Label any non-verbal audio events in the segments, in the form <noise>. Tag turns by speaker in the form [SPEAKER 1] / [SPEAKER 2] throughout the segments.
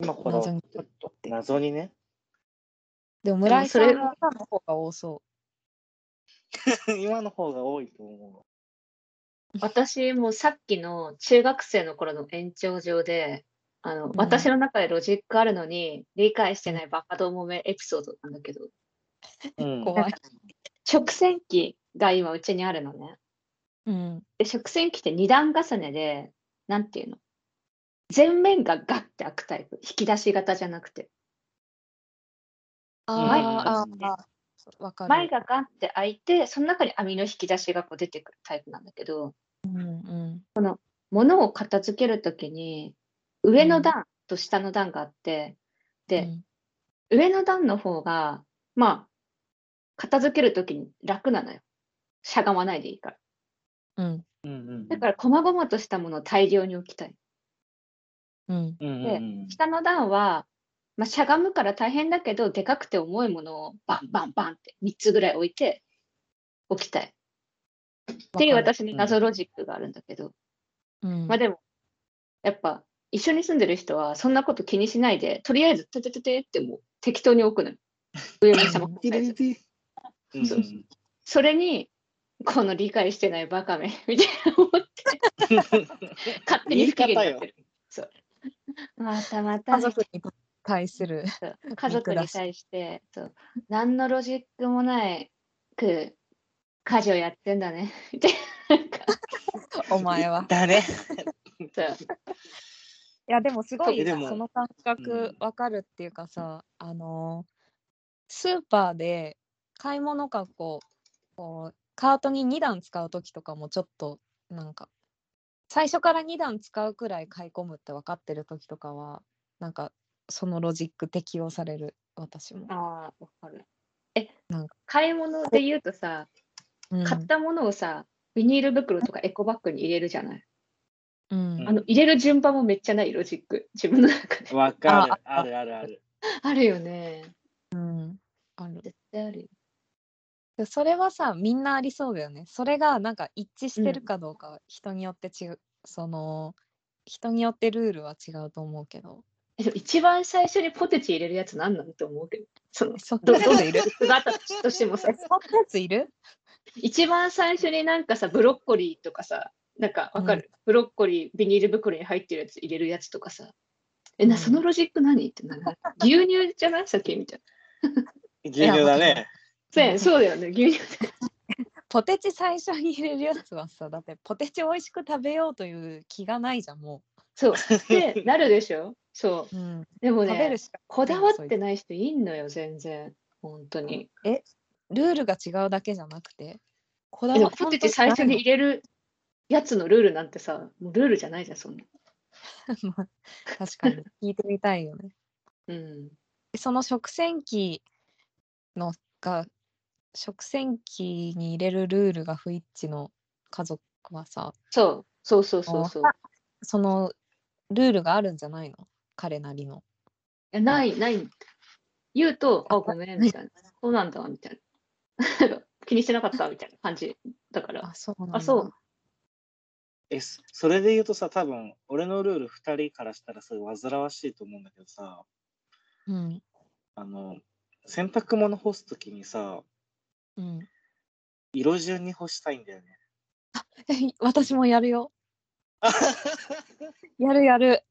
[SPEAKER 1] 今この
[SPEAKER 2] 謎に
[SPEAKER 1] ちょっと謎にね。 <laughs>
[SPEAKER 2] でも村井さん
[SPEAKER 1] でもそれ
[SPEAKER 2] の歌の方が多そ
[SPEAKER 1] 今の方が多いと思
[SPEAKER 3] 私もさっきの中学生の頃の延長上で、あの、
[SPEAKER 2] ん
[SPEAKER 3] 私の中でロジックあるのに理解してないバカどもめエピソードなんだけど、
[SPEAKER 1] う。う
[SPEAKER 2] う。
[SPEAKER 1] ん、
[SPEAKER 2] 怖い。
[SPEAKER 3] 食洗機が今うちにあるのね。
[SPEAKER 2] うん。
[SPEAKER 3] で、食洗機って二段重ねで、なんていうの前面がガッて開くタイプ。引き出し型じゃなくて。
[SPEAKER 1] 前が
[SPEAKER 2] あーあー、わかる。
[SPEAKER 3] 前がガッて開いて、その中に網の引き出しがこう出てくるタイプなんだけど、
[SPEAKER 2] うんうん。
[SPEAKER 3] 物を片付けるときに、上の段と下の段があって、で、
[SPEAKER 2] うん
[SPEAKER 3] 上の段の方が、まあ、片付けるときに楽なのよ。しゃがまないでいいから。
[SPEAKER 2] うん
[SPEAKER 1] うんうん
[SPEAKER 3] だから、細々としたものを大量に置きたい。
[SPEAKER 2] うん
[SPEAKER 1] うんうんうん
[SPEAKER 3] 下の段は、まあ、しゃがむから大変だけど、でかくて重いものをバンバンバンって3つぐらい置いて置きたい。っていう
[SPEAKER 2] わか
[SPEAKER 3] 私の謎ロジックがあるんだけど、
[SPEAKER 2] うん
[SPEAKER 3] まあでも、やっぱ、一緒に住んでる人はそんなこと気にしないで、とりあえず、ててててってもう適当に置
[SPEAKER 1] <laughs>
[SPEAKER 3] くのよ。上も下も繰り返す。
[SPEAKER 1] うんうん
[SPEAKER 3] そうそれに、この理解してないバカめ、 <laughs> みたいな思って、勝手に不機嫌になってる。そうまたまた
[SPEAKER 2] 家族に対する。
[SPEAKER 3] そう家族に対して、そう何のロジックもないく、家事をやってんだね、みたいななんか。
[SPEAKER 2] <laughs> お前は。
[SPEAKER 1] だね。
[SPEAKER 3] そう
[SPEAKER 2] いやでもすごい
[SPEAKER 1] えでも
[SPEAKER 2] その感覚わかるっていうかさ、あのースーパーで買い物かこうこうカートに2段使う時とかもちょっとなんか最初から2段使うくらい買い込むって分かってる時とかはなんかそのロジック適用される私も。
[SPEAKER 3] ああ、わかる。
[SPEAKER 2] なん
[SPEAKER 3] え、買い物で言うとさ、
[SPEAKER 2] うん
[SPEAKER 3] 買ったものをさ、ビニール袋とかエコバッグに入れるじゃない。
[SPEAKER 2] うん
[SPEAKER 3] あの、入れる順番もめっちゃないロジック。自分の中で。
[SPEAKER 1] わかる。
[SPEAKER 2] あ
[SPEAKER 1] あるあるある。
[SPEAKER 3] あるよね。
[SPEAKER 2] うんある
[SPEAKER 3] 絶対あるよ。
[SPEAKER 2] でそれはさみんなありそうだよねそれがなんか一致してる
[SPEAKER 3] うん
[SPEAKER 2] かどうかは人によって違う、その人によってルールは違うと思うけど
[SPEAKER 3] えでも一番最初にポテチ入れるやつ何なのと思うけど、その、
[SPEAKER 2] そん
[SPEAKER 3] ど
[SPEAKER 2] な
[SPEAKER 3] どう
[SPEAKER 2] やつ
[SPEAKER 3] で
[SPEAKER 2] い
[SPEAKER 3] い
[SPEAKER 2] る
[SPEAKER 3] るがあったとしてもさ
[SPEAKER 2] え、そんなやついる
[SPEAKER 3] 一番最初になんかさ、ブロッコリーとかさ、なんかわかる、ブロッコリー、ビニール袋に入ってるやつ入れるやつとかさ、え、
[SPEAKER 2] う
[SPEAKER 3] な、
[SPEAKER 2] ん
[SPEAKER 3] そのロジック何ってなる。牛乳じゃない先みたいな。
[SPEAKER 1] 牛乳だね。
[SPEAKER 3] そうやねそうだよね、牛乳。
[SPEAKER 2] ポテチ最初に入れるやつはさだってポテチ美味しく食べようという気がないじゃんも、
[SPEAKER 3] そう。で、なるでしょそう
[SPEAKER 2] うん、
[SPEAKER 3] う。でも
[SPEAKER 2] 食べ
[SPEAKER 3] ね
[SPEAKER 2] る、しか
[SPEAKER 3] こだわってない人いんのよ、全然。本当に。
[SPEAKER 2] ルールが違うだけじゃなくてこだ
[SPEAKER 3] えで
[SPEAKER 2] わ
[SPEAKER 3] もポテチ最初に入れるやつのルールなんてさ、もうルールじゃないじゃん、そんな。
[SPEAKER 2] まあ <laughs> 確かに聞いてみたいよね
[SPEAKER 3] うん。
[SPEAKER 2] その食洗機のが食洗機に入れるルールが不一致の家族はさ
[SPEAKER 3] そう、そうそうそうそう。
[SPEAKER 2] そのルールがあるんじゃないの彼なりの。
[SPEAKER 3] えない、ない。言うと、あ、ごめん、みたいな。そうなんだ、みたいな。 <laughs> なんか気にしてなかった、みたいな感じだから。
[SPEAKER 2] あそうなんだ
[SPEAKER 3] あ、そう。
[SPEAKER 1] え、そそれで言うとさ、多分、俺のルール2人からしたらすごい煩わしいと思うんだけどさ、
[SPEAKER 2] うん
[SPEAKER 1] あの、洗濯物干すときにさ、
[SPEAKER 2] うん、
[SPEAKER 1] 色順に干したいんだよね。
[SPEAKER 2] え <laughs> 私もやるよ。やるやる。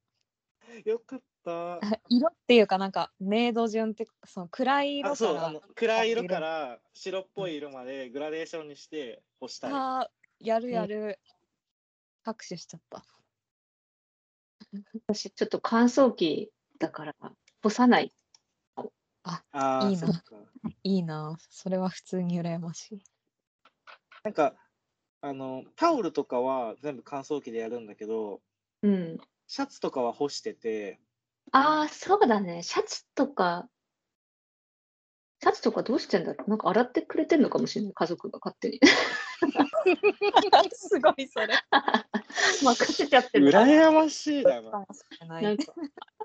[SPEAKER 1] よかった。
[SPEAKER 2] あ色っていうかなんか明度順ってその暗い色
[SPEAKER 1] あ、
[SPEAKER 2] か
[SPEAKER 1] そう、
[SPEAKER 2] ら
[SPEAKER 1] あの、暗い色から白っぽい色までグラデーションにして干したい。
[SPEAKER 2] あーやるやる。拍手しちゃった。 <laughs>
[SPEAKER 3] 私、ちょっと乾燥機だから、干さない。
[SPEAKER 1] ああ、
[SPEAKER 2] いい
[SPEAKER 1] そ
[SPEAKER 2] な
[SPEAKER 1] っか。
[SPEAKER 2] いいなそれは普通に羨ましい。
[SPEAKER 1] なんか、あの、タオルとかは全部乾燥機でやるんだけど、
[SPEAKER 3] うん。
[SPEAKER 1] シャツとかは干してて、
[SPEAKER 3] ああ、そうだね。シャツとか、シャツとかどうしてんだろうなんか洗ってくれてんのかもしれない、家族が勝手に。 <laughs>
[SPEAKER 2] すごいそれ。
[SPEAKER 3] 任せちゃってる。
[SPEAKER 1] 羨ましいだな。
[SPEAKER 2] な
[SPEAKER 3] なんか、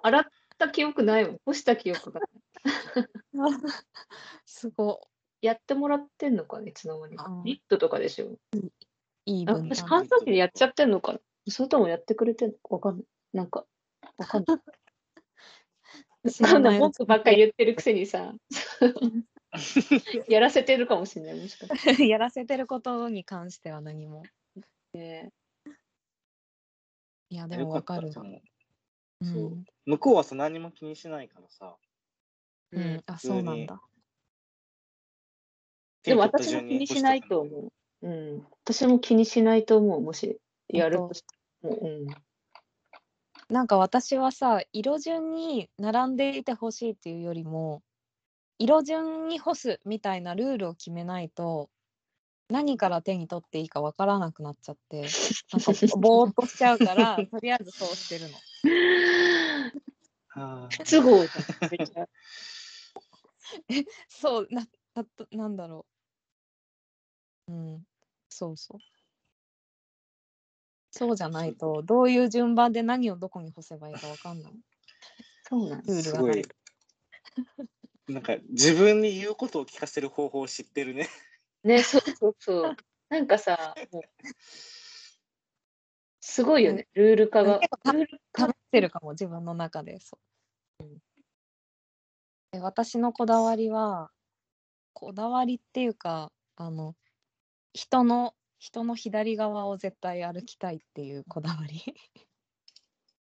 [SPEAKER 3] 洗った記憶ないもん。干した記憶がない。
[SPEAKER 2] <laughs> すご
[SPEAKER 3] やってもらってんのかね、いつの間に
[SPEAKER 2] あ
[SPEAKER 3] か
[SPEAKER 2] ー。
[SPEAKER 3] ニットとかでしょ。
[SPEAKER 2] いい
[SPEAKER 3] あ
[SPEAKER 2] 分
[SPEAKER 3] 私、
[SPEAKER 2] 担
[SPEAKER 3] 乾燥機でやっちゃ <laughs> ってんのかなそれともやってくれてんのかわかんない。なんか、わかんない。
[SPEAKER 2] 知らない
[SPEAKER 3] 文句ばっかり言ってるくせに <laughs> さ、やらせてるかもしれない、もしかし
[SPEAKER 2] <laughs>
[SPEAKER 3] て。
[SPEAKER 2] やらせてることに関しては何も。いや、でもわかる
[SPEAKER 1] よった
[SPEAKER 2] わ
[SPEAKER 1] と。思う
[SPEAKER 2] う、
[SPEAKER 1] そうん向こうはさ、何も気にしないからさ。
[SPEAKER 2] う
[SPEAKER 3] うん
[SPEAKER 2] ん、あ、そうなんだ。
[SPEAKER 3] でも私も気にしないと思う。うん、私も気にしないと思う、もしやるとしても。うん、
[SPEAKER 2] なんか私はさ色順に並んでいてほしいっていうよりも色順に干すみたいなルールを決めないと何から手に取っていいかわからなくなっちゃってなんかぼーっとしちゃうから <laughs> とりあえずそうしてるの。
[SPEAKER 1] あー
[SPEAKER 3] 不都合じゃんめっちゃ。
[SPEAKER 2] そうなななんだろう。うんそうそう。そうじゃないとどういう順番で何をどこに干せばいいかわかんない。
[SPEAKER 3] そうなんだ
[SPEAKER 2] ルー
[SPEAKER 1] す
[SPEAKER 2] ルが
[SPEAKER 1] ご
[SPEAKER 2] ない
[SPEAKER 1] い。なんか自分に言うことを聞かせる方法を知ってるね。
[SPEAKER 3] ね、そうそうそう。なんかさ、もうすごいよね、ルール化が
[SPEAKER 2] 結。構
[SPEAKER 3] ルール
[SPEAKER 2] 試
[SPEAKER 3] 化
[SPEAKER 2] してるかも自分の中でそう、で私のこだわりはこだわりっていうかあの人の人の左側を絶対歩きたいっていうこだわり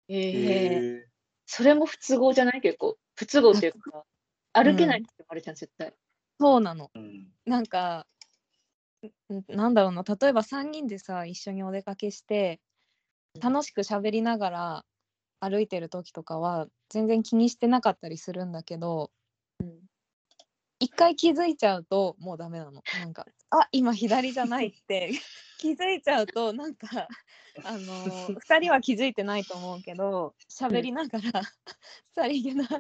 [SPEAKER 3] えー、
[SPEAKER 1] へ
[SPEAKER 3] それも不都合じゃない結構。不都合っていうか、歩けないってもあるじゃん、絶対。
[SPEAKER 2] そうなの
[SPEAKER 1] ーうん
[SPEAKER 2] なんかんなんだろうな例えば3人でさ一緒にお出かけして楽しく喋りながら歩いてる時とかは全然気にしてなかったりするんだけど
[SPEAKER 3] うん
[SPEAKER 2] 一回気づいちゃうともうダメなのなんかあ今左じゃないって <laughs> 気づいちゃうとなんかあの
[SPEAKER 3] <laughs>
[SPEAKER 2] ー二人は気づいてないと思うけど喋りながらさりげなく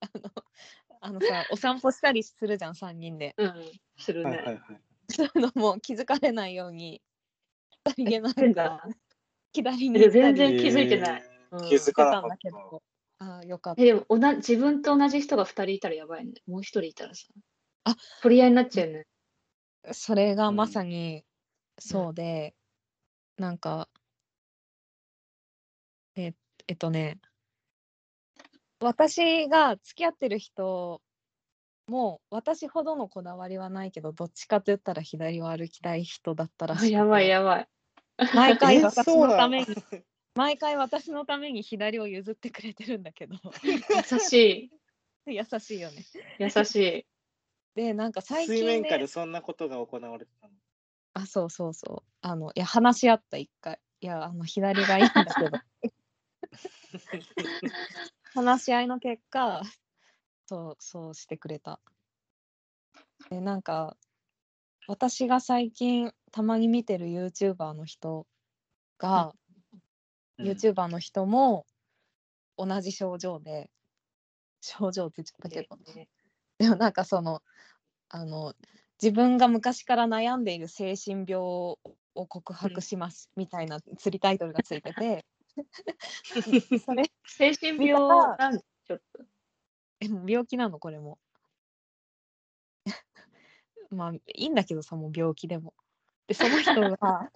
[SPEAKER 2] あのあのさお散歩したりするじゃん3人で
[SPEAKER 3] うん、する
[SPEAKER 1] はいはいは
[SPEAKER 3] ね。
[SPEAKER 1] い。
[SPEAKER 2] そういうのも気づかれないようにさりげな
[SPEAKER 3] 変
[SPEAKER 2] く
[SPEAKER 3] だ
[SPEAKER 2] 左に行った
[SPEAKER 3] 全
[SPEAKER 2] り
[SPEAKER 3] 然気づいてない
[SPEAKER 1] へ
[SPEAKER 3] う
[SPEAKER 1] ー。
[SPEAKER 3] ん
[SPEAKER 1] 気づ
[SPEAKER 2] して
[SPEAKER 1] かな
[SPEAKER 2] た
[SPEAKER 1] んかっ
[SPEAKER 2] だけどあーよかった
[SPEAKER 3] えでも同じ自分と同じ人が2人いたらやばいね。もう1人いたらさ。
[SPEAKER 2] あ
[SPEAKER 3] 取り合いになっちゃうよね。
[SPEAKER 2] それが
[SPEAKER 1] うん
[SPEAKER 2] まさにそうで、なんかええっとね私が付き合ってる人も私ほどのこだわりはないけどどっちかと言ったら左を歩きたい人だったら
[SPEAKER 3] あ
[SPEAKER 2] しくて
[SPEAKER 3] やばいやばい。
[SPEAKER 2] 毎回
[SPEAKER 1] え
[SPEAKER 2] 私
[SPEAKER 1] そう
[SPEAKER 2] の
[SPEAKER 1] なの
[SPEAKER 2] ために毎回私のために左を譲ってくれてるんだけど
[SPEAKER 3] 優しい。
[SPEAKER 2] 優しいよね。
[SPEAKER 3] 優しい。
[SPEAKER 2] でなんか最
[SPEAKER 1] 水
[SPEAKER 2] 近
[SPEAKER 1] 面下
[SPEAKER 2] ね
[SPEAKER 1] でそんなことが行われてたの。
[SPEAKER 2] あそうそうそうあのいや話し合った一回いやあの左がいいんだけど話し合いの結果そうそうしてくれたでなんか私が最近たまに見てる YouTuber の人が、
[SPEAKER 1] うん
[SPEAKER 2] YouTuber の人も同じ症状で症状って言っちゃったけど、でもなんかそのあの自分が昔から悩んでいる精神病を告白しますみたいな釣りタイトルがついてて、それ <laughs>
[SPEAKER 3] 精神病なんだちょっと。
[SPEAKER 2] えもう病気なのこれも <laughs> まあいいんだけどさもう病気でもでその人が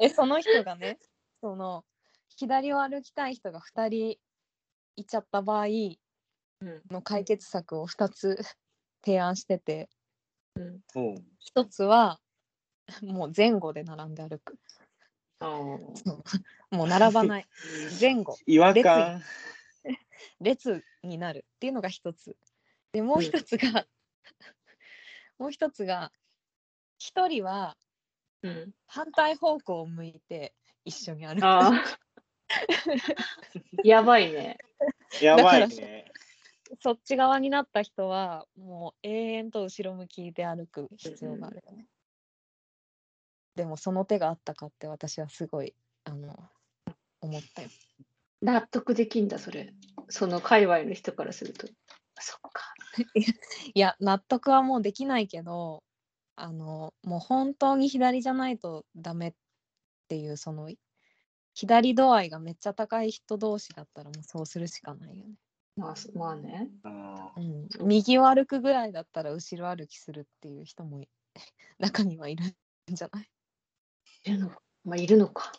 [SPEAKER 2] えその人がねその左を歩きたい人が2人いちゃった場合
[SPEAKER 3] うん
[SPEAKER 2] の解決策を2つ提案してて
[SPEAKER 3] うん
[SPEAKER 1] <laughs> おう
[SPEAKER 2] 1つはもう前後で並んで歩く
[SPEAKER 3] あー
[SPEAKER 2] もう並ばない前後
[SPEAKER 1] 違和感。
[SPEAKER 2] 列になるっていうのが一つでもう一つが、 <laughs> もう一つが一人は
[SPEAKER 3] うん
[SPEAKER 2] 反対方向を向いて一緒に歩く
[SPEAKER 3] あー <laughs> やばいね。
[SPEAKER 1] やばい
[SPEAKER 2] だか
[SPEAKER 1] ね。
[SPEAKER 2] そっち側になった人はもう永遠と後ろ向きで歩く必要があるよね、でもその手があったかって私はすごいあの思ったよ
[SPEAKER 3] 納得できんだ、それ。その界隈の人からすると。そっか。
[SPEAKER 2] いや納得はもうできないけどあのもう本当に左じゃないとダメっていうその左度合いがめっちゃ高い人同士だったらもうそうするしかないよね。
[SPEAKER 3] まあ、そまあね。
[SPEAKER 1] あー
[SPEAKER 2] うん、右を歩くぐらいだったら後ろ歩きするっていう人もい <laughs> 中にはいるんじゃない
[SPEAKER 3] いるのまあ、いるのか。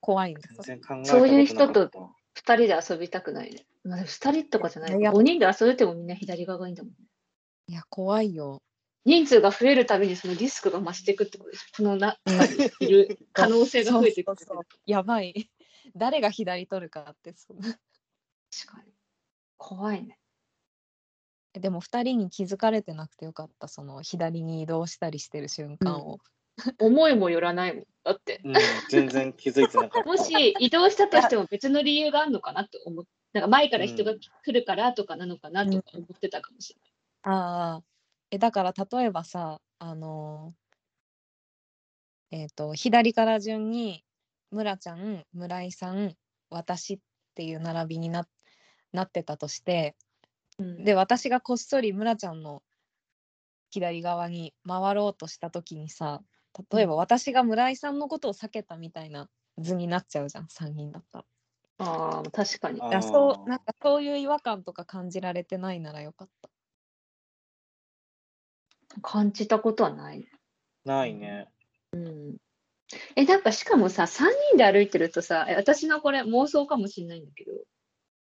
[SPEAKER 2] 怖いんです
[SPEAKER 1] 全然考えたことなかった
[SPEAKER 3] そういう人と二人で遊びたくないね。まあ、二人とかじゃない
[SPEAKER 2] いや
[SPEAKER 3] か。五人で遊べてもみんな左側がいいんだもんね。
[SPEAKER 2] いや、怖いよ。
[SPEAKER 3] 人数が増えるたびにそのリスクが増していくってことでしょ。このな、いる可能性が増えていくって
[SPEAKER 2] そ
[SPEAKER 3] こと
[SPEAKER 2] うそうそうやばい。 <laughs> 誰が左取るかって、そんな
[SPEAKER 3] 確かに。怖いね。
[SPEAKER 2] でも2人に気づかれてなくてよかった、その左に移動したりしてる瞬間を。
[SPEAKER 3] 思いもよらないもん。だって、
[SPEAKER 1] うん、全然気づいてなかった。
[SPEAKER 3] もし移動したとしても別の理由があるのかなと思って、なんか前から人が来るからとかなのかなとか思ってたかもしれない。
[SPEAKER 2] ああ。え、だから例えばさ、あのーえっ、と、左から順に、村ちゃん、村井さん、私っていう並びにななってたとして、
[SPEAKER 3] うん
[SPEAKER 2] で、私がこっそり村ちゃんの左側に回ろうとした時にさ、例えば私が村井さんのことを避けたみたいな図になっちゃうじゃん、3人だったら。
[SPEAKER 3] ああ、確かに。
[SPEAKER 2] だから
[SPEAKER 1] あ
[SPEAKER 2] そ
[SPEAKER 1] ー
[SPEAKER 2] う、なんかそういう違和感とか感じられてないならよかった。
[SPEAKER 3] 感じたことはない。
[SPEAKER 1] ないね。
[SPEAKER 3] うん。え、なんかしかもさ、3人で歩いてるとさ、え私のこれ妄想かもしれないんだけど、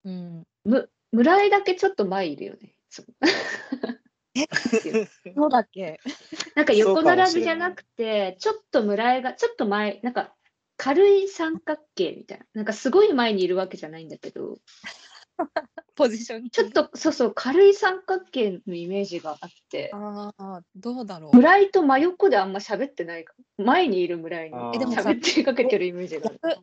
[SPEAKER 2] うん。
[SPEAKER 3] む村井だけちょっと前いるよね。そう
[SPEAKER 2] そうだっけ
[SPEAKER 3] なんか
[SPEAKER 1] そ
[SPEAKER 3] 横
[SPEAKER 1] うかもし
[SPEAKER 3] 並
[SPEAKER 1] れ
[SPEAKER 3] びじゃ
[SPEAKER 1] ない
[SPEAKER 3] なくて、ちょっと村井が、ちょっと前、なんか軽い三角形みたいな。なんかすごい前にいるわけじゃないんだけど、
[SPEAKER 2] ポジションに
[SPEAKER 3] ちょっと、そうそう、軽い三角形のイメージがあって、
[SPEAKER 2] ああ、どうだろう。
[SPEAKER 3] 村井と真横であんま喋ってないか前にいる村井に
[SPEAKER 1] あ
[SPEAKER 2] ーえでもさ
[SPEAKER 3] 喋ってかけてるイメージがある。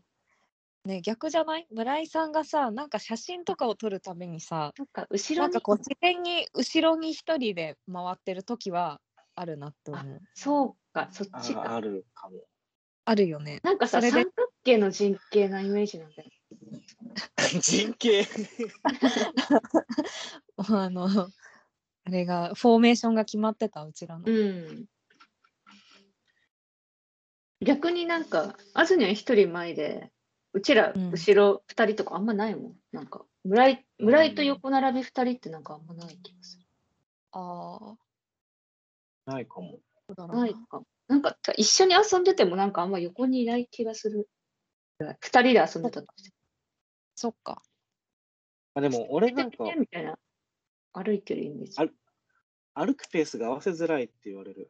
[SPEAKER 2] ね、逆じゃない村井さんがさ、なんか写真とかを撮るためにさ、
[SPEAKER 3] なんか後ろ
[SPEAKER 2] なん
[SPEAKER 3] に
[SPEAKER 2] かこう自然に後ろに一人で回ってる時はあるなって思う。
[SPEAKER 3] そうか、そっ
[SPEAKER 1] あ
[SPEAKER 3] ち
[SPEAKER 1] ー
[SPEAKER 3] か。
[SPEAKER 1] あるか
[SPEAKER 2] <laughs>
[SPEAKER 1] も。
[SPEAKER 2] あるよね。
[SPEAKER 3] なんかさ、
[SPEAKER 2] それ
[SPEAKER 3] 三
[SPEAKER 2] で
[SPEAKER 3] 角形の人形なイメージなんだよ。
[SPEAKER 1] 人形
[SPEAKER 2] あの、あれが、フォーメーションが決まってた、うちらの。
[SPEAKER 3] うん。逆になんか、あずには一人前で、うちら
[SPEAKER 2] うん
[SPEAKER 3] 後ろ二人とかあんまないもん。なんか、村井
[SPEAKER 1] うん
[SPEAKER 3] 村井と横並び二人ってなんかあんまない気がする。
[SPEAKER 2] あ
[SPEAKER 1] ないかも。
[SPEAKER 2] あ、どうだろう
[SPEAKER 3] ないか。なんか、一緒に遊んでてもなんかあんま横にいない気がする。二人で遊んでたとして。
[SPEAKER 2] そっか。
[SPEAKER 1] あでも俺なんか
[SPEAKER 3] みたいな。歩いてるイメージ。
[SPEAKER 1] あ歩くペースが合わせづらいって言われる。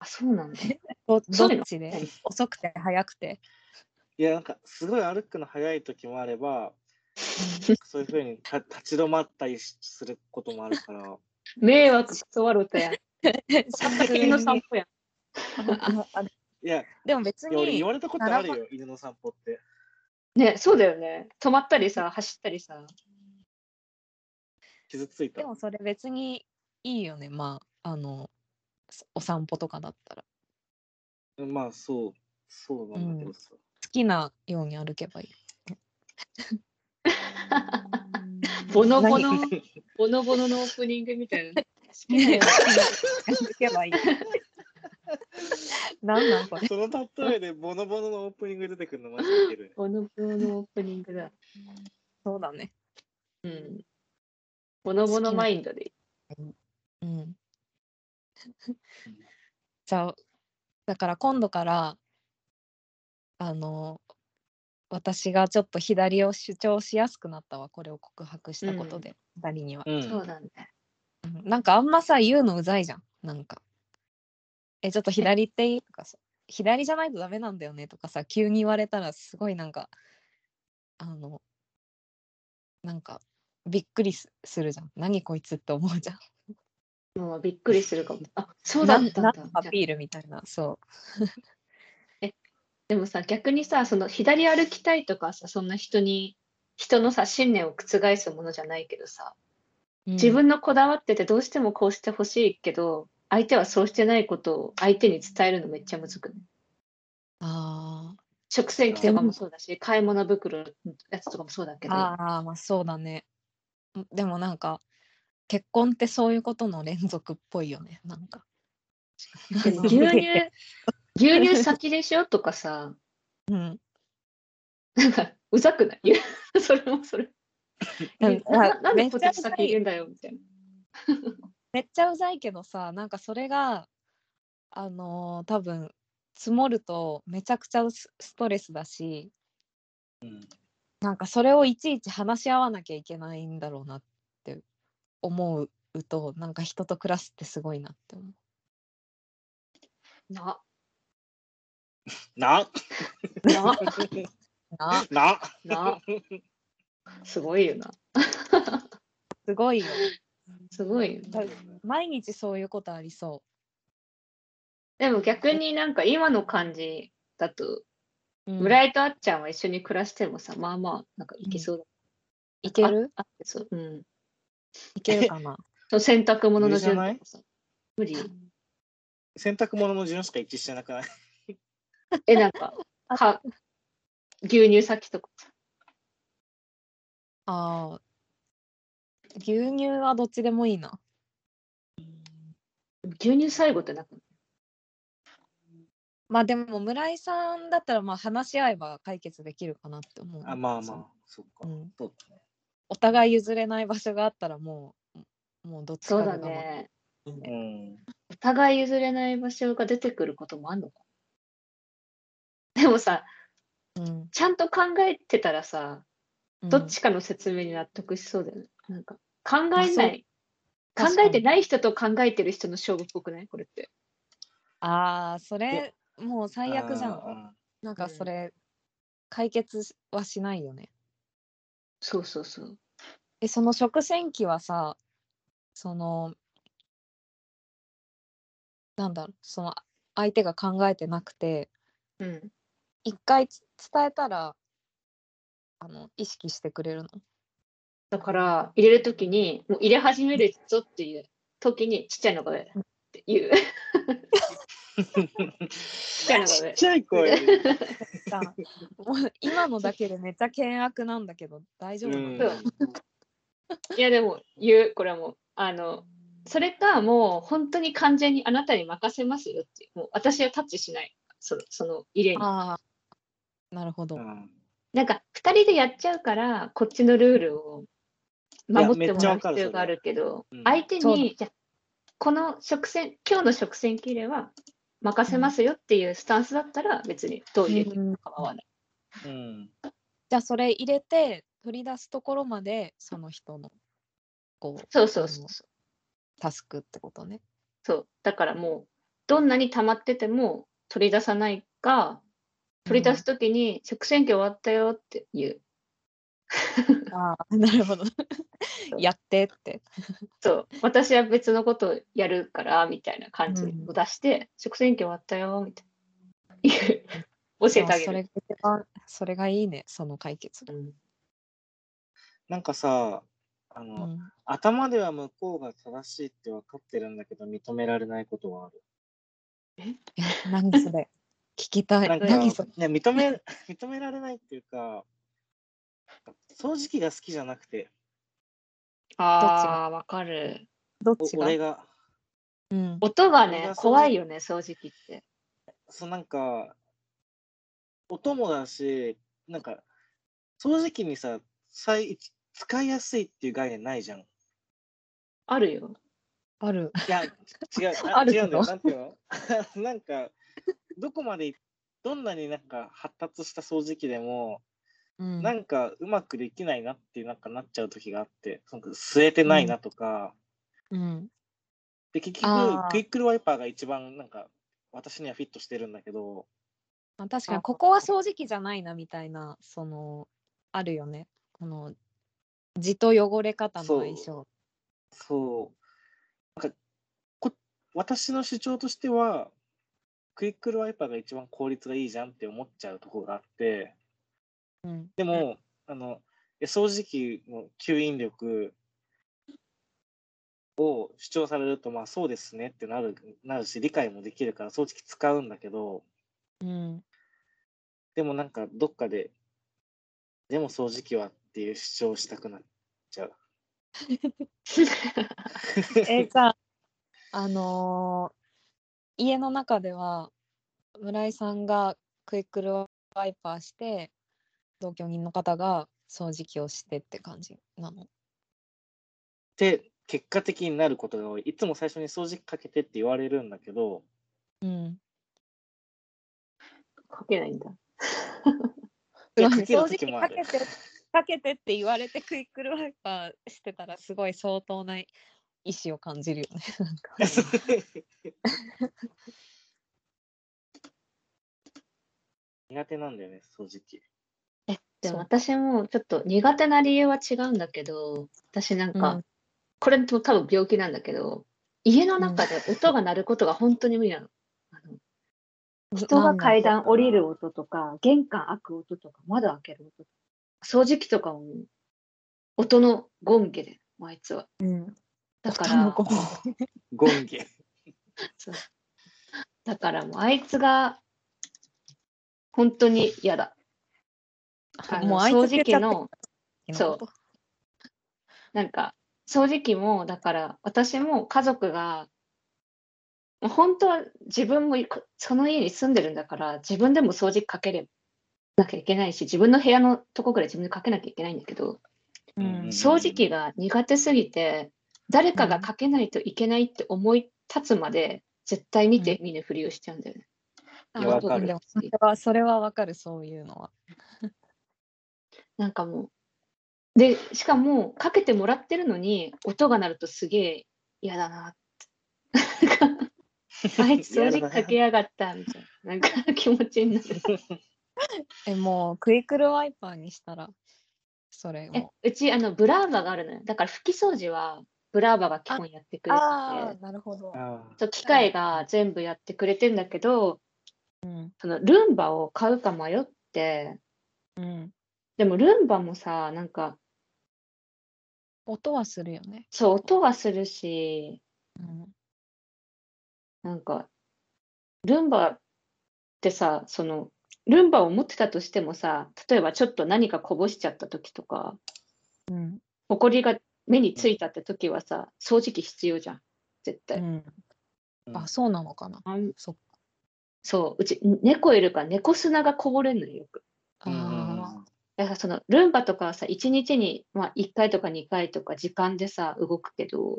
[SPEAKER 3] あ、そうなんだ。
[SPEAKER 2] ど
[SPEAKER 3] そ
[SPEAKER 2] ど
[SPEAKER 3] う
[SPEAKER 2] っ
[SPEAKER 3] なの
[SPEAKER 2] ちで遅くて早く <laughs> て。
[SPEAKER 1] いやなんかすごい歩くの早い時もあれ
[SPEAKER 2] <laughs>
[SPEAKER 1] ば、そういうふうにた立ち止まったりしすることもあるから。
[SPEAKER 3] 迷惑くそわろたやん。
[SPEAKER 2] 先
[SPEAKER 3] 犬の散歩やん。
[SPEAKER 1] いや、い
[SPEAKER 2] <laughs> でも別
[SPEAKER 1] や俺
[SPEAKER 2] に
[SPEAKER 1] 言われたことあるよ、犬の散歩って。
[SPEAKER 3] ね、そうだよね。止まったりさ、走ったりさ。
[SPEAKER 1] 傷ついた
[SPEAKER 2] で。もそれ別にいいよねまああのそお散歩とかだったら
[SPEAKER 1] まあそう、そうなんだけどさ。
[SPEAKER 2] 好きなように歩けばいい。
[SPEAKER 3] <laughs> ボノボ
[SPEAKER 2] 何
[SPEAKER 3] ノ、 <laughs> ボノボノのオープニングみたいな。
[SPEAKER 2] 好きなよ
[SPEAKER 3] <laughs>
[SPEAKER 2] うに歩けばいい。 <laughs> なんなんこれ。
[SPEAKER 1] その例えでボノボノのオープニング出てくるのマジでいける。
[SPEAKER 3] ボノボノのオープニングだ。
[SPEAKER 2] そうだね。
[SPEAKER 3] うん。ボノボノマインドで。
[SPEAKER 2] うん。じゃあだから今度からあの私がちょっと左を主張しやすくなったわこれを告白したことで、二人には、
[SPEAKER 1] うん。
[SPEAKER 3] そうだね。
[SPEAKER 2] うんなんかあんまさ言うのうざいじゃんなんか「えちょっと左っていい?」とかさ「左じゃないとダメなんだよね」とかさ急に言われたらすごいなんかあのなんかびっくりすするじゃん何こいつって思うじゃん
[SPEAKER 3] もうびっくりするかも。あ、そうだったん
[SPEAKER 2] なん。
[SPEAKER 3] だ
[SPEAKER 2] なんかアピールみたいなそう
[SPEAKER 3] でもさ、逆にさ、その左歩きたいとかさ、そんな人に、人のさ、信念を覆すものじゃないけどさ、
[SPEAKER 2] うん
[SPEAKER 3] 自分のこだわっててどうしてもこうしてほしいけど、相手はそうしてないことを相手に伝えるのめっちゃむずくない
[SPEAKER 2] あー
[SPEAKER 3] 食洗機とかもそうだし、買い物袋のやつとかもそうだけど、
[SPEAKER 2] あーまあそうだねんでもなんか結婚ってそういうことの連続っぽいよねなんか
[SPEAKER 3] で <laughs> も牛乳、
[SPEAKER 2] <laughs>
[SPEAKER 3] 牛乳先でしょとかさ、
[SPEAKER 2] うん
[SPEAKER 3] なんかうざくない <laughs> それもそれ。
[SPEAKER 2] うん
[SPEAKER 3] ななん
[SPEAKER 2] め
[SPEAKER 3] で
[SPEAKER 2] っちゃ
[SPEAKER 3] ポテチ先言うんだよみたいな。
[SPEAKER 2] めっちゃうざいけどさなんかそれがあのー多分積もるとめちゃくちゃスストレスだし
[SPEAKER 1] うん
[SPEAKER 2] なんかそれをいちいち話し合わなきゃいけないんだろうなって思うとなんか人と暮らすってすごいなって思う。
[SPEAKER 3] な、
[SPEAKER 1] な、 <laughs>
[SPEAKER 3] な、
[SPEAKER 2] <laughs>
[SPEAKER 1] な、
[SPEAKER 2] な
[SPEAKER 3] な。すごいよな。
[SPEAKER 2] すごいよ。
[SPEAKER 3] すごいよな。
[SPEAKER 2] 毎日そういうことありそ
[SPEAKER 3] でも逆になんか今の感じだと、
[SPEAKER 2] う。うん
[SPEAKER 3] 村井とあっちゃんは一緒に暮らしてもさ、まあまあ、なんかいけそうだ。
[SPEAKER 2] いける
[SPEAKER 3] あってそう。うん。
[SPEAKER 2] いけるかな
[SPEAKER 3] その洗濯物の準備もさ。無理。
[SPEAKER 1] 洗濯物の順しか一致してなくない
[SPEAKER 3] え、なんか、か牛乳先とかさ。
[SPEAKER 2] ああ。牛乳はどっちでもいいな。
[SPEAKER 3] 牛乳最後ってなくない
[SPEAKER 2] まあでも村井さんだったらまあ話し合えば解決できるかなって思う。
[SPEAKER 1] あ、まあまあ、そっ
[SPEAKER 2] う
[SPEAKER 1] か。
[SPEAKER 2] ん。
[SPEAKER 1] そうだね
[SPEAKER 2] お互い譲れない場所があったらもう、もうどっちか
[SPEAKER 3] そう
[SPEAKER 2] が
[SPEAKER 3] だ
[SPEAKER 2] 我慢
[SPEAKER 3] ね。
[SPEAKER 1] うん。
[SPEAKER 3] お互い譲れない場所が出てくることもあんのかでもさ、
[SPEAKER 2] うん。
[SPEAKER 3] ちゃんと考えてたらさ、
[SPEAKER 2] うん
[SPEAKER 3] どっちかの説明に納得しそうだよね。なんか考
[SPEAKER 2] まあ
[SPEAKER 3] え
[SPEAKER 2] そ
[SPEAKER 3] な
[SPEAKER 2] う
[SPEAKER 3] い、考
[SPEAKER 2] 確かに
[SPEAKER 3] えてない人と考えてる人の勝負っぽくないこれって。
[SPEAKER 2] ああ、そ
[SPEAKER 1] で
[SPEAKER 2] れ、もう最悪じゃん。
[SPEAKER 1] ん。
[SPEAKER 2] なんかそ
[SPEAKER 3] うん
[SPEAKER 2] れ、解決はしないよね。
[SPEAKER 3] そうそうそう。
[SPEAKER 2] え、その食洗機はさ、その、なんだろう、その、相手が考えてなくて、
[SPEAKER 3] うん。
[SPEAKER 2] 一回つ伝えたら、あの、意識してくれるの。
[SPEAKER 3] だから、入れるときに、もう入れ始めるぞっていうときに、ちっちゃいのが上っていう。
[SPEAKER 2] <laughs>
[SPEAKER 3] ちっちゃいのが
[SPEAKER 1] ちっ
[SPEAKER 3] <laughs> 上。
[SPEAKER 1] ちゃい声で。
[SPEAKER 2] さもう今のだけでめっちゃ険悪なんだけど、大丈夫
[SPEAKER 1] う
[SPEAKER 2] なの、
[SPEAKER 1] ん
[SPEAKER 3] そ。いや、でも言う、これはもう、あの、それか、もう本当に完全にあなたに任せますよっていう、もう私はタッチしない、そのその入れに。
[SPEAKER 2] ああ、なるほど。
[SPEAKER 1] うん
[SPEAKER 3] なんか、2人でやっちゃうから、こっちのルールを守ってもらう必要があるけど、
[SPEAKER 1] いやめっちゃわかるそれうん
[SPEAKER 3] 相手
[SPEAKER 2] そうだ
[SPEAKER 3] に、じゃあこの食洗、今日の食洗機入れは任せますよっていうスタンスだったら、別にどう入れても構わない。
[SPEAKER 1] うん。
[SPEAKER 2] じゃあそれ入れて取り出すところまでその人のこう
[SPEAKER 3] そうそうそうそう。
[SPEAKER 2] タスクってことね。
[SPEAKER 3] そうだからもう、どんなに溜まってても取り出さないか、取り出すときに食洗機終わったよって言う。
[SPEAKER 2] ああなるほど。 <laughs> やってって。
[SPEAKER 3] そう、私は別のことをやるからみたいな感じ
[SPEAKER 2] うん
[SPEAKER 3] を出して、食洗機終わったよみたいな。言う教えてあ
[SPEAKER 2] あ
[SPEAKER 3] げ
[SPEAKER 2] そ
[SPEAKER 3] る。
[SPEAKER 2] れが一番それがいいねその解決。
[SPEAKER 3] うん
[SPEAKER 1] なんかさ、あ
[SPEAKER 2] う
[SPEAKER 1] の、
[SPEAKER 2] ん、
[SPEAKER 1] 頭では向こうが正しいって分かってるんだけど、認められないことはある。
[SPEAKER 2] え <laughs> 何それ聞きたい。
[SPEAKER 1] なんか、
[SPEAKER 2] 何それ
[SPEAKER 1] ね、認め、認められないっていうか、掃除機が好きじゃなくて、
[SPEAKER 3] ああ、わかる。
[SPEAKER 2] どっ
[SPEAKER 1] お
[SPEAKER 2] ちが
[SPEAKER 1] 俺が、
[SPEAKER 2] うん
[SPEAKER 3] 音が
[SPEAKER 1] 俺
[SPEAKER 3] ね
[SPEAKER 1] が、掃除
[SPEAKER 3] 怖いよね、掃除機って。
[SPEAKER 1] そうなんか、音もだし、なんか、掃除機にさ、最使いやすいっていう概念ない
[SPEAKER 2] <laughs>
[SPEAKER 1] じゃん。い
[SPEAKER 3] あるよ。
[SPEAKER 2] ある。
[SPEAKER 1] や、違う、
[SPEAKER 2] あるけ
[SPEAKER 1] 違
[SPEAKER 2] ど
[SPEAKER 1] うんだよ。なんていうの <laughs> なんか、どこまで、どんなになんか発達した掃除機でも、
[SPEAKER 2] うん
[SPEAKER 1] なんかうまくできないなっていうなんかなっちゃう時があって、なんか吸えてないなとか、
[SPEAKER 2] うん
[SPEAKER 1] で結局、
[SPEAKER 2] あー
[SPEAKER 1] クイックルワイパーが一番なんか、私にはフィットしてるんだけど、
[SPEAKER 2] まあ、確かにここは掃除機じゃないなみたいなそのあるよね。この地と汚れ方の相性。
[SPEAKER 1] そう。なんかこ、私の主張としては、クイックルワイパーが一番効率がいいじゃんって思っちゃうところがあって、
[SPEAKER 2] うん
[SPEAKER 1] でも、あの、え掃除機の吸引力を主張されると、まあそうですねってなるなるし、理解もできるから掃除機使うんだけど、
[SPEAKER 2] うん
[SPEAKER 1] でもなんかどっかで、でも掃除機はっていう主張をしたくなっちゃう。 <laughs>
[SPEAKER 2] えじゃあ、あのー家の中では村井さんがクイックルワイパーして同居人の方が掃除機をしてって感じなの
[SPEAKER 1] で結果的になることが多いいつも最初に掃除機かけてって言われるんだけど
[SPEAKER 2] うん
[SPEAKER 3] かけないんだ。
[SPEAKER 1] いや
[SPEAKER 2] すごい
[SPEAKER 1] かける
[SPEAKER 2] 掃除機
[SPEAKER 1] 時も
[SPEAKER 2] か
[SPEAKER 1] あ
[SPEAKER 2] け
[SPEAKER 1] る
[SPEAKER 2] てかけてって言われてクイックルワイパーしてたらすごい相当な意思を感じるよね。なんか
[SPEAKER 1] 苦手なんだよね、掃除機。
[SPEAKER 3] でも
[SPEAKER 2] そう
[SPEAKER 3] 私もちょっと苦手な理由は違うんだけど、私なんか、
[SPEAKER 2] うん
[SPEAKER 3] これも多分病気なんだけど、家の中で音が鳴ることが本当に無理なの。あの人が階段降りる音とか、玄関開く音とか、窓開ける音とか、掃除機とかも音のゴンゲで、もうあいつは。
[SPEAKER 2] うん、
[SPEAKER 3] だか
[SPEAKER 2] 音の
[SPEAKER 3] ら
[SPEAKER 2] ゴ、ン
[SPEAKER 1] ゴンゲ。
[SPEAKER 3] そうだからもうあいつが本当に嫌だ。あの
[SPEAKER 2] もうあい
[SPEAKER 3] 掃
[SPEAKER 2] つ
[SPEAKER 3] 除
[SPEAKER 2] 消え
[SPEAKER 3] 機
[SPEAKER 2] ちゃって
[SPEAKER 3] のそう
[SPEAKER 2] 昨日
[SPEAKER 3] なんか掃除機もだから私も家族がもう本当は自分もいこその家に住んでるんだから自分でも掃除機かけれなきゃいけないし自分の部屋のとこくらい自分でかけなきゃいけないんだけど
[SPEAKER 2] う
[SPEAKER 1] うん
[SPEAKER 2] ん
[SPEAKER 3] 掃除機が苦手すぎて誰かがかけないといけないって思い立つまで絶対見て見ぬふりをしちゃうんだよね。
[SPEAKER 1] いやわかる
[SPEAKER 2] でもそれはそれはわかるそういうのは。
[SPEAKER 3] なんかもう。で、しかも、かけてもらってるのに、音が鳴るとすげえ嫌だなって。な
[SPEAKER 2] <laughs>
[SPEAKER 3] んかあいつ掃除機かけやがったみたいな、なんか <laughs> 気持ちになる。
[SPEAKER 2] えもうクイックルワイパーにしたらそれ
[SPEAKER 3] え
[SPEAKER 2] も。
[SPEAKER 3] うち、あの、ブラーバがあるのよ。だから、拭き掃除は、ブラーバが基本やってくれ
[SPEAKER 2] あ
[SPEAKER 3] てて
[SPEAKER 2] あなるほど。
[SPEAKER 1] あ
[SPEAKER 3] そう、機械が全部やってくれてんだけど、
[SPEAKER 2] うん
[SPEAKER 3] そのルンバを買うか迷って、
[SPEAKER 2] うん、
[SPEAKER 3] でもルンバもさ、なんか、
[SPEAKER 2] 音はするよね。
[SPEAKER 3] そう、音がするし、
[SPEAKER 2] うん
[SPEAKER 3] なんか、ルンバってさ、その、ルンバを持ってたとしてもさ、例えばちょっと何かこぼしちゃった時とか、
[SPEAKER 2] うん
[SPEAKER 3] ほこりが目についたって時はさ、掃除機必要じゃん、絶
[SPEAKER 2] う
[SPEAKER 3] 対。
[SPEAKER 2] ん、
[SPEAKER 1] うん
[SPEAKER 2] あそうなのかな。
[SPEAKER 3] あん
[SPEAKER 2] そっか
[SPEAKER 3] そう、うち猫いるから猫砂がこぼれるのよ、よく。
[SPEAKER 1] ー
[SPEAKER 2] あ
[SPEAKER 1] うん
[SPEAKER 3] だからそのルンバとかはさ、1日に、まあ、1回とか2回とか時間でさ、動くけど、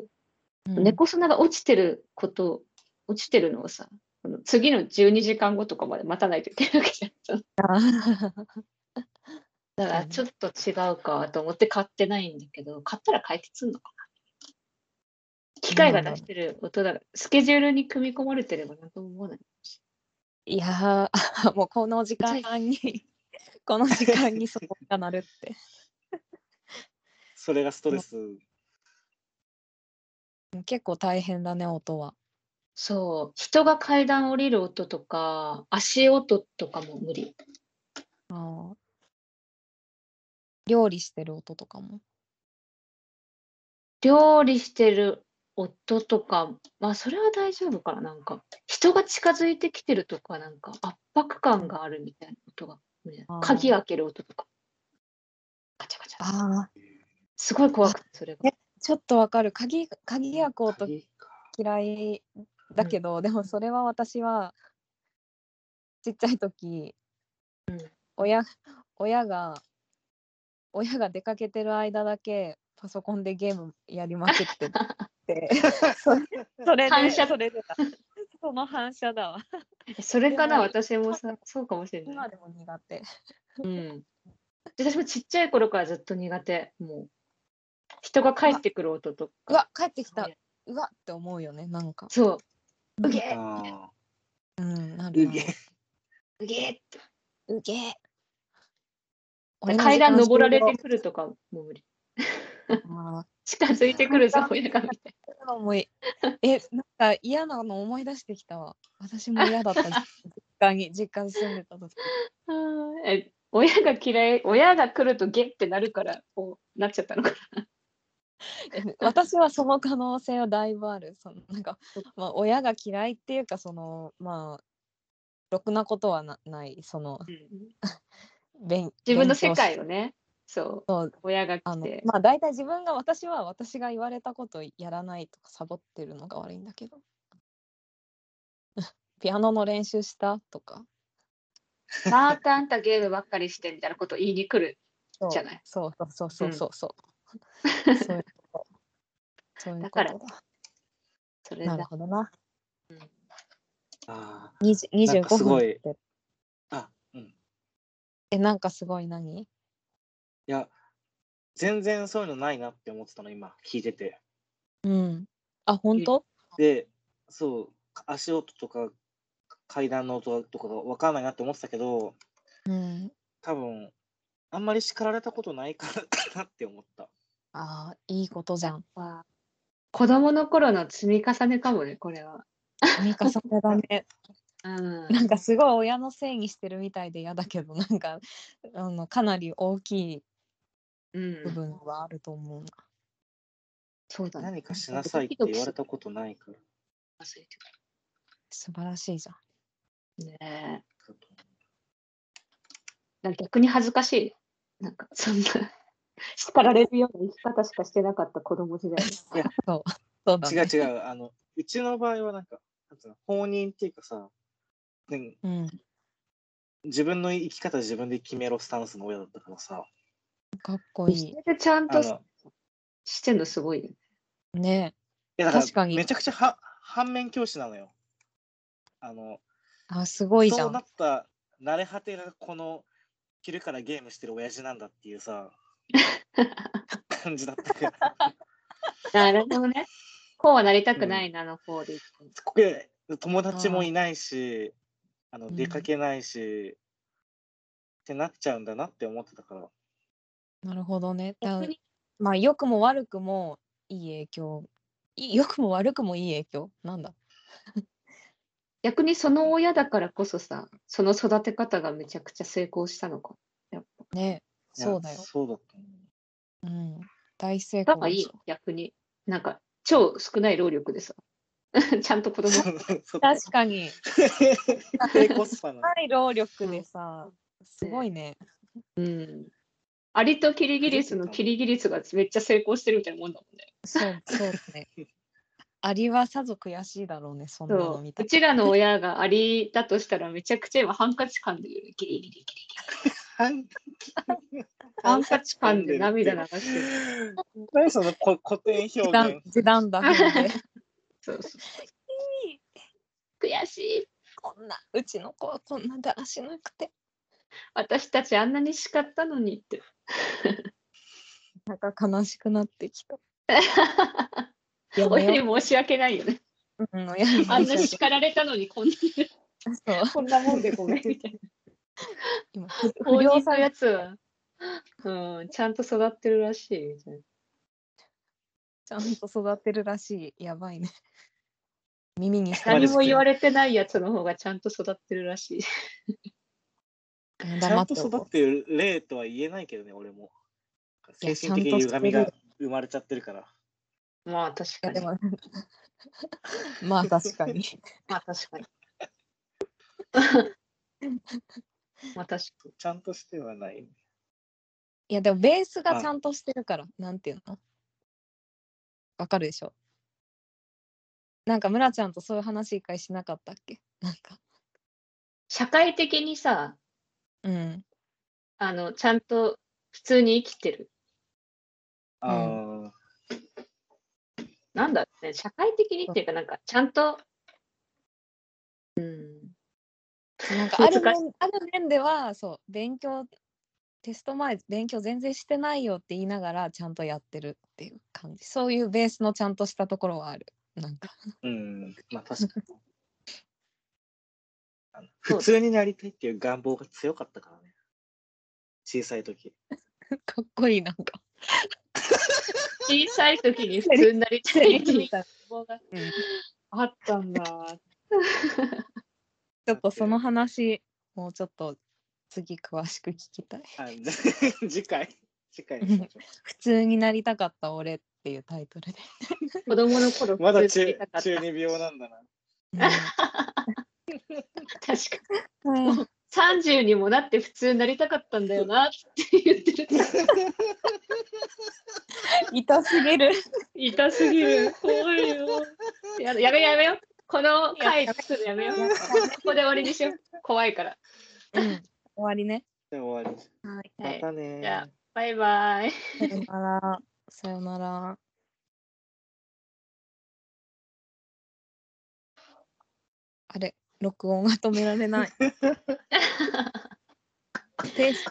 [SPEAKER 2] ー、うん
[SPEAKER 3] 猫砂が落ちてること、落ちてるのをさ、その次の12時間後とかまで待たないといけないわけじゃん。その
[SPEAKER 2] あー
[SPEAKER 3] だからちょっと違うかと思って買ってないんだけど、買ったら解決するのかな機械が出してる音だから、スケジュールに組み込まれてればなんとも思わない。
[SPEAKER 2] いやーもうこの時間
[SPEAKER 3] <laughs>
[SPEAKER 2] にこの時間にそこが鳴るって
[SPEAKER 1] それがストレス。
[SPEAKER 2] もう結構大変だね音は。
[SPEAKER 3] そう、人が階段降りる音とか、足音とかも無理。
[SPEAKER 2] あー料理してる音とかも。
[SPEAKER 3] 料理してる音とか、まあそれは大丈夫かな、なんか。人が近づいてきてるとか、なんか圧迫感があるみたいな音が無理
[SPEAKER 2] あー
[SPEAKER 3] 鍵開ける音とか。ガチャガチャ。
[SPEAKER 2] ああ
[SPEAKER 3] すごい怖くて、それが。
[SPEAKER 2] ちょっとわかる鍵鍵開く音
[SPEAKER 1] 鍵か
[SPEAKER 2] 嫌いだけど、でもそれは私はちっちゃい時、
[SPEAKER 3] うん
[SPEAKER 2] 親親が親が出かけてる間だけパソコンでゲームやりまくって
[SPEAKER 3] <laughs>
[SPEAKER 2] てそれそれで
[SPEAKER 3] 反射
[SPEAKER 2] それでだその反射だわ
[SPEAKER 3] えそれか
[SPEAKER 2] で
[SPEAKER 3] な、
[SPEAKER 2] も
[SPEAKER 3] 私もさ、そうかもしれな
[SPEAKER 2] 今
[SPEAKER 3] い。
[SPEAKER 2] でも苦手
[SPEAKER 3] うん。で私もちっちゃい頃からずっと苦手。もう、人が帰ってくる音とか。
[SPEAKER 2] うわ帰ってきたうわって思うよねなんか
[SPEAKER 3] そうう。
[SPEAKER 2] ん
[SPEAKER 3] うげえ
[SPEAKER 1] あ
[SPEAKER 2] うんな
[SPEAKER 1] ー
[SPEAKER 2] る
[SPEAKER 1] う
[SPEAKER 2] な
[SPEAKER 1] げえ
[SPEAKER 3] うげえって。
[SPEAKER 2] うげえ俺の時
[SPEAKER 3] 階
[SPEAKER 2] 間
[SPEAKER 3] 段登られ
[SPEAKER 2] 終了
[SPEAKER 3] てくるとかもう無理。
[SPEAKER 2] あー
[SPEAKER 3] 近づいてくるぞ
[SPEAKER 2] そ、う
[SPEAKER 3] 親がみたい
[SPEAKER 2] のもいえなんか嫌なの思い出してきたわ私も嫌だ
[SPEAKER 3] <laughs>
[SPEAKER 2] った実家に実家に住んでた時
[SPEAKER 3] な。うんえ親が嫌い、親が来るとゲってなるから、こうなっちゃったのかな。
[SPEAKER 2] え私はその可能性はだいぶあるそのなんか、まあ、親が嫌いっていうかそのまあろくなことはなないその勉
[SPEAKER 3] 自分の世
[SPEAKER 2] 勉強し
[SPEAKER 3] 界をね、そう、
[SPEAKER 2] そう
[SPEAKER 3] 親が
[SPEAKER 2] あ
[SPEAKER 3] 来
[SPEAKER 2] の
[SPEAKER 3] て。
[SPEAKER 2] まあ大体自分が私は私が言われたことをやらないとかサボってるのが悪いんだけど <laughs> ピアノの練習したとか
[SPEAKER 3] またあんたゲームばっかりしてみたいなこと言いに来るじゃない。
[SPEAKER 2] そうそうそうそうそうそう。そういうこと。そういう
[SPEAKER 3] だ
[SPEAKER 2] こ
[SPEAKER 3] か
[SPEAKER 2] とだ。
[SPEAKER 3] らそれ
[SPEAKER 2] なる
[SPEAKER 3] だ。
[SPEAKER 2] ほどな。
[SPEAKER 1] あ
[SPEAKER 2] 二十二
[SPEAKER 1] な
[SPEAKER 2] 十
[SPEAKER 1] んか
[SPEAKER 2] 五
[SPEAKER 1] すご
[SPEAKER 2] 分
[SPEAKER 1] い
[SPEAKER 2] って。
[SPEAKER 1] ーあ、うん。い
[SPEAKER 2] えなんかすごい何？
[SPEAKER 1] や、全然そういうのないなって思ってたの、今、聞いてて。
[SPEAKER 2] うん。あ、本当
[SPEAKER 1] で、そう、足音とか階段の音とかが分からないなって思ってたけど、
[SPEAKER 2] うん。
[SPEAKER 1] 多分あんまり叱られたことないからなって思った。
[SPEAKER 2] ああ、いいことじゃん。
[SPEAKER 3] わあ子供の頃の積み重ねかもね、これは。
[SPEAKER 2] 積み重ねだね。 <laughs>
[SPEAKER 3] うん
[SPEAKER 2] なんかすごい親のせいにしてるみたいで嫌だけど、なんか、あの、かなり大きい
[SPEAKER 3] うん
[SPEAKER 2] 部分はあると思うな。
[SPEAKER 3] そうだね。
[SPEAKER 1] 何かしなさいって言われたことないから。
[SPEAKER 3] 忘れてく
[SPEAKER 2] 素晴らしいじゃん。
[SPEAKER 3] るねえ。
[SPEAKER 1] だと
[SPEAKER 3] なんか逆に恥ずかしい。なんか、そんな、 <laughs> 叱られるような生き方しかしてなかった子供時
[SPEAKER 2] <laughs>
[SPEAKER 3] 代。
[SPEAKER 2] そうだね。
[SPEAKER 1] 違う違う、あの、うちの場合はなんか、なんつうの、放任っていうかさ、ね
[SPEAKER 2] うん。
[SPEAKER 1] 自分の生き方自分で決めろスタンスの親だったからさ、
[SPEAKER 2] かっこい
[SPEAKER 3] そ
[SPEAKER 2] い。
[SPEAKER 3] れでちゃん
[SPEAKER 1] あの、
[SPEAKER 3] と
[SPEAKER 1] い
[SPEAKER 3] してんのすごいね。
[SPEAKER 2] ね
[SPEAKER 1] やだから
[SPEAKER 2] 確かに
[SPEAKER 1] めちゃくちゃは反面教師なのよ。あの、
[SPEAKER 2] あ、すごいじゃ
[SPEAKER 1] そうんな。った慣れ果てがこの昼からゲームしてる親父なんだっていう
[SPEAKER 2] <laughs>
[SPEAKER 1] さ感じだったから
[SPEAKER 3] なるほどね。こうはなりたくないなの方で言って。
[SPEAKER 1] これ友達もいないしあ
[SPEAKER 2] う
[SPEAKER 1] の
[SPEAKER 2] ん
[SPEAKER 1] 出かけないし、ってなっちゃうんだなって思ってたから
[SPEAKER 2] なるほどね。だ
[SPEAKER 3] 逆に
[SPEAKER 2] まあ、良くも悪くもいい影響。い良くも悪くもいい影響。なんだ。
[SPEAKER 3] 逆にその親だからこそさ、その育て方がめちゃくちゃ成功したのか。やっぱ
[SPEAKER 2] ね
[SPEAKER 1] いや
[SPEAKER 2] そうだよ。
[SPEAKER 1] そうだったね
[SPEAKER 2] うん。大成
[SPEAKER 3] な
[SPEAKER 2] 功
[SPEAKER 3] んかい
[SPEAKER 2] で
[SPEAKER 3] い
[SPEAKER 2] しょ。、
[SPEAKER 3] 逆に。なんか、超少ない労力でさ。 <laughs> ちゃんと子供。
[SPEAKER 1] そうだね
[SPEAKER 2] 確かに。
[SPEAKER 1] 低コスパな
[SPEAKER 2] はい、労力でさ、すごいね。
[SPEAKER 3] うん。アリとキリギリスのキリギリスがめっちゃ成功してるみたいなもんだもんね。
[SPEAKER 2] そう、そうね。アリはさぞ悔しいだろうね、そんなの
[SPEAKER 3] そう
[SPEAKER 2] 見た
[SPEAKER 3] う
[SPEAKER 2] ら。
[SPEAKER 3] ちらの親がアリだとしたらめちゃくちゃ今ハンカチ噛んでるよね。ギリギリギリギリ。ハンカチ噛んで涙流してる。
[SPEAKER 1] 何そのこ古典
[SPEAKER 2] 時
[SPEAKER 1] 表現
[SPEAKER 2] 短、時短だ。ほんで
[SPEAKER 3] <laughs> そうそう
[SPEAKER 2] <laughs>
[SPEAKER 3] 悔しい。
[SPEAKER 2] こんな、うちの子はこんなだらしなくて。
[SPEAKER 3] 私たちあんなに叱ったのにって。
[SPEAKER 2] なんか悲しくなってきた。
[SPEAKER 3] <laughs>
[SPEAKER 2] やめ
[SPEAKER 3] 親に
[SPEAKER 2] よ
[SPEAKER 3] 申し訳ないよね。
[SPEAKER 2] う。うん、親に
[SPEAKER 3] あんな
[SPEAKER 2] 申し
[SPEAKER 3] 叱られたのにこんな
[SPEAKER 2] 訳ないそう
[SPEAKER 3] こんなもんでごめんみたいな。 <laughs>
[SPEAKER 2] 今
[SPEAKER 3] 公
[SPEAKER 2] 不良
[SPEAKER 3] 認
[SPEAKER 2] さ
[SPEAKER 3] の
[SPEAKER 2] れ
[SPEAKER 3] やつは、うん、ちゃんと育ってるらしいみたいな。
[SPEAKER 2] ちゃんと育てるらしい。やばいね。耳にした
[SPEAKER 1] まあで
[SPEAKER 3] 何
[SPEAKER 1] す
[SPEAKER 3] も言われてないやつの方がちゃんと育ってるらしい。
[SPEAKER 1] ちゃ
[SPEAKER 2] 黙
[SPEAKER 1] ん
[SPEAKER 2] って
[SPEAKER 1] と
[SPEAKER 2] お
[SPEAKER 1] 育っ
[SPEAKER 2] こ
[SPEAKER 1] てる例とは言えないけどね、俺も。
[SPEAKER 2] いや
[SPEAKER 1] 精神的に歪み
[SPEAKER 2] ちゃん
[SPEAKER 1] が
[SPEAKER 2] と
[SPEAKER 1] 生まれちゃってるから。
[SPEAKER 3] まあ確
[SPEAKER 2] う。い
[SPEAKER 3] か
[SPEAKER 2] やで
[SPEAKER 3] に。
[SPEAKER 2] も <laughs> まあ確かに。
[SPEAKER 3] まあ確かに。まあ確かに。
[SPEAKER 1] ちゃんとしてはない。
[SPEAKER 2] いやでもベース
[SPEAKER 1] は
[SPEAKER 2] が
[SPEAKER 1] い
[SPEAKER 2] ちゃんとしてるから、なんていうのわかるでしょなんか村ちゃんとそういう話一回しなかったっけなんか、
[SPEAKER 3] <laughs> 社会的にさ、
[SPEAKER 2] うん、
[SPEAKER 3] あの、ちゃんと普通に生きてる。
[SPEAKER 1] ああ、
[SPEAKER 3] なんだろうね、社会的にっていうか、なんか、ちゃんと、うん、
[SPEAKER 2] なんかある
[SPEAKER 3] 難し
[SPEAKER 2] 面ある面ではそう勉強テスト前勉強全然してないよって言いながらちゃんとやってるっていう感じそういうベースのちゃんとしたところはあるなんか <laughs>
[SPEAKER 1] うん。まあ確かに。あの
[SPEAKER 3] そう
[SPEAKER 1] 普通になりたいっていう願望が強かったからね。小さい時。
[SPEAKER 2] かっこいいなんか、
[SPEAKER 1] <laughs>
[SPEAKER 3] 小さい時に普通になりたいっ
[SPEAKER 2] <laughs>
[SPEAKER 3] ていう
[SPEAKER 2] ち
[SPEAKER 3] うんあったんだ。
[SPEAKER 2] ょっとその話もうちょっと次詳しく聞きたい <laughs>
[SPEAKER 1] <laughs> あじゃ次回。次回にしましょ
[SPEAKER 2] 普通になりたかった俺っていうタイトルで、
[SPEAKER 3] 子供の頃
[SPEAKER 1] う。まだ
[SPEAKER 3] <laughs> 普通に
[SPEAKER 1] 中
[SPEAKER 3] なりたかった
[SPEAKER 1] 中二病なんだな。
[SPEAKER 3] 確か
[SPEAKER 2] うん
[SPEAKER 3] もに。30にもなって普通になりたかったんだよなって言ってる。
[SPEAKER 2] <laughs> 痛すぎる。
[SPEAKER 3] 痛すぎる。怖いよ。やだやめようやめよう。この回作るのやめよう。ここで終わりにしよう。怖いから。
[SPEAKER 2] うん、終わりね。
[SPEAKER 1] で終わり。
[SPEAKER 2] はい。
[SPEAKER 3] は
[SPEAKER 1] ま
[SPEAKER 3] い
[SPEAKER 1] たね
[SPEAKER 3] じゃあバイバイ。
[SPEAKER 2] さよなら。さよなら。 <laughs> あれ、録音が止められない。停止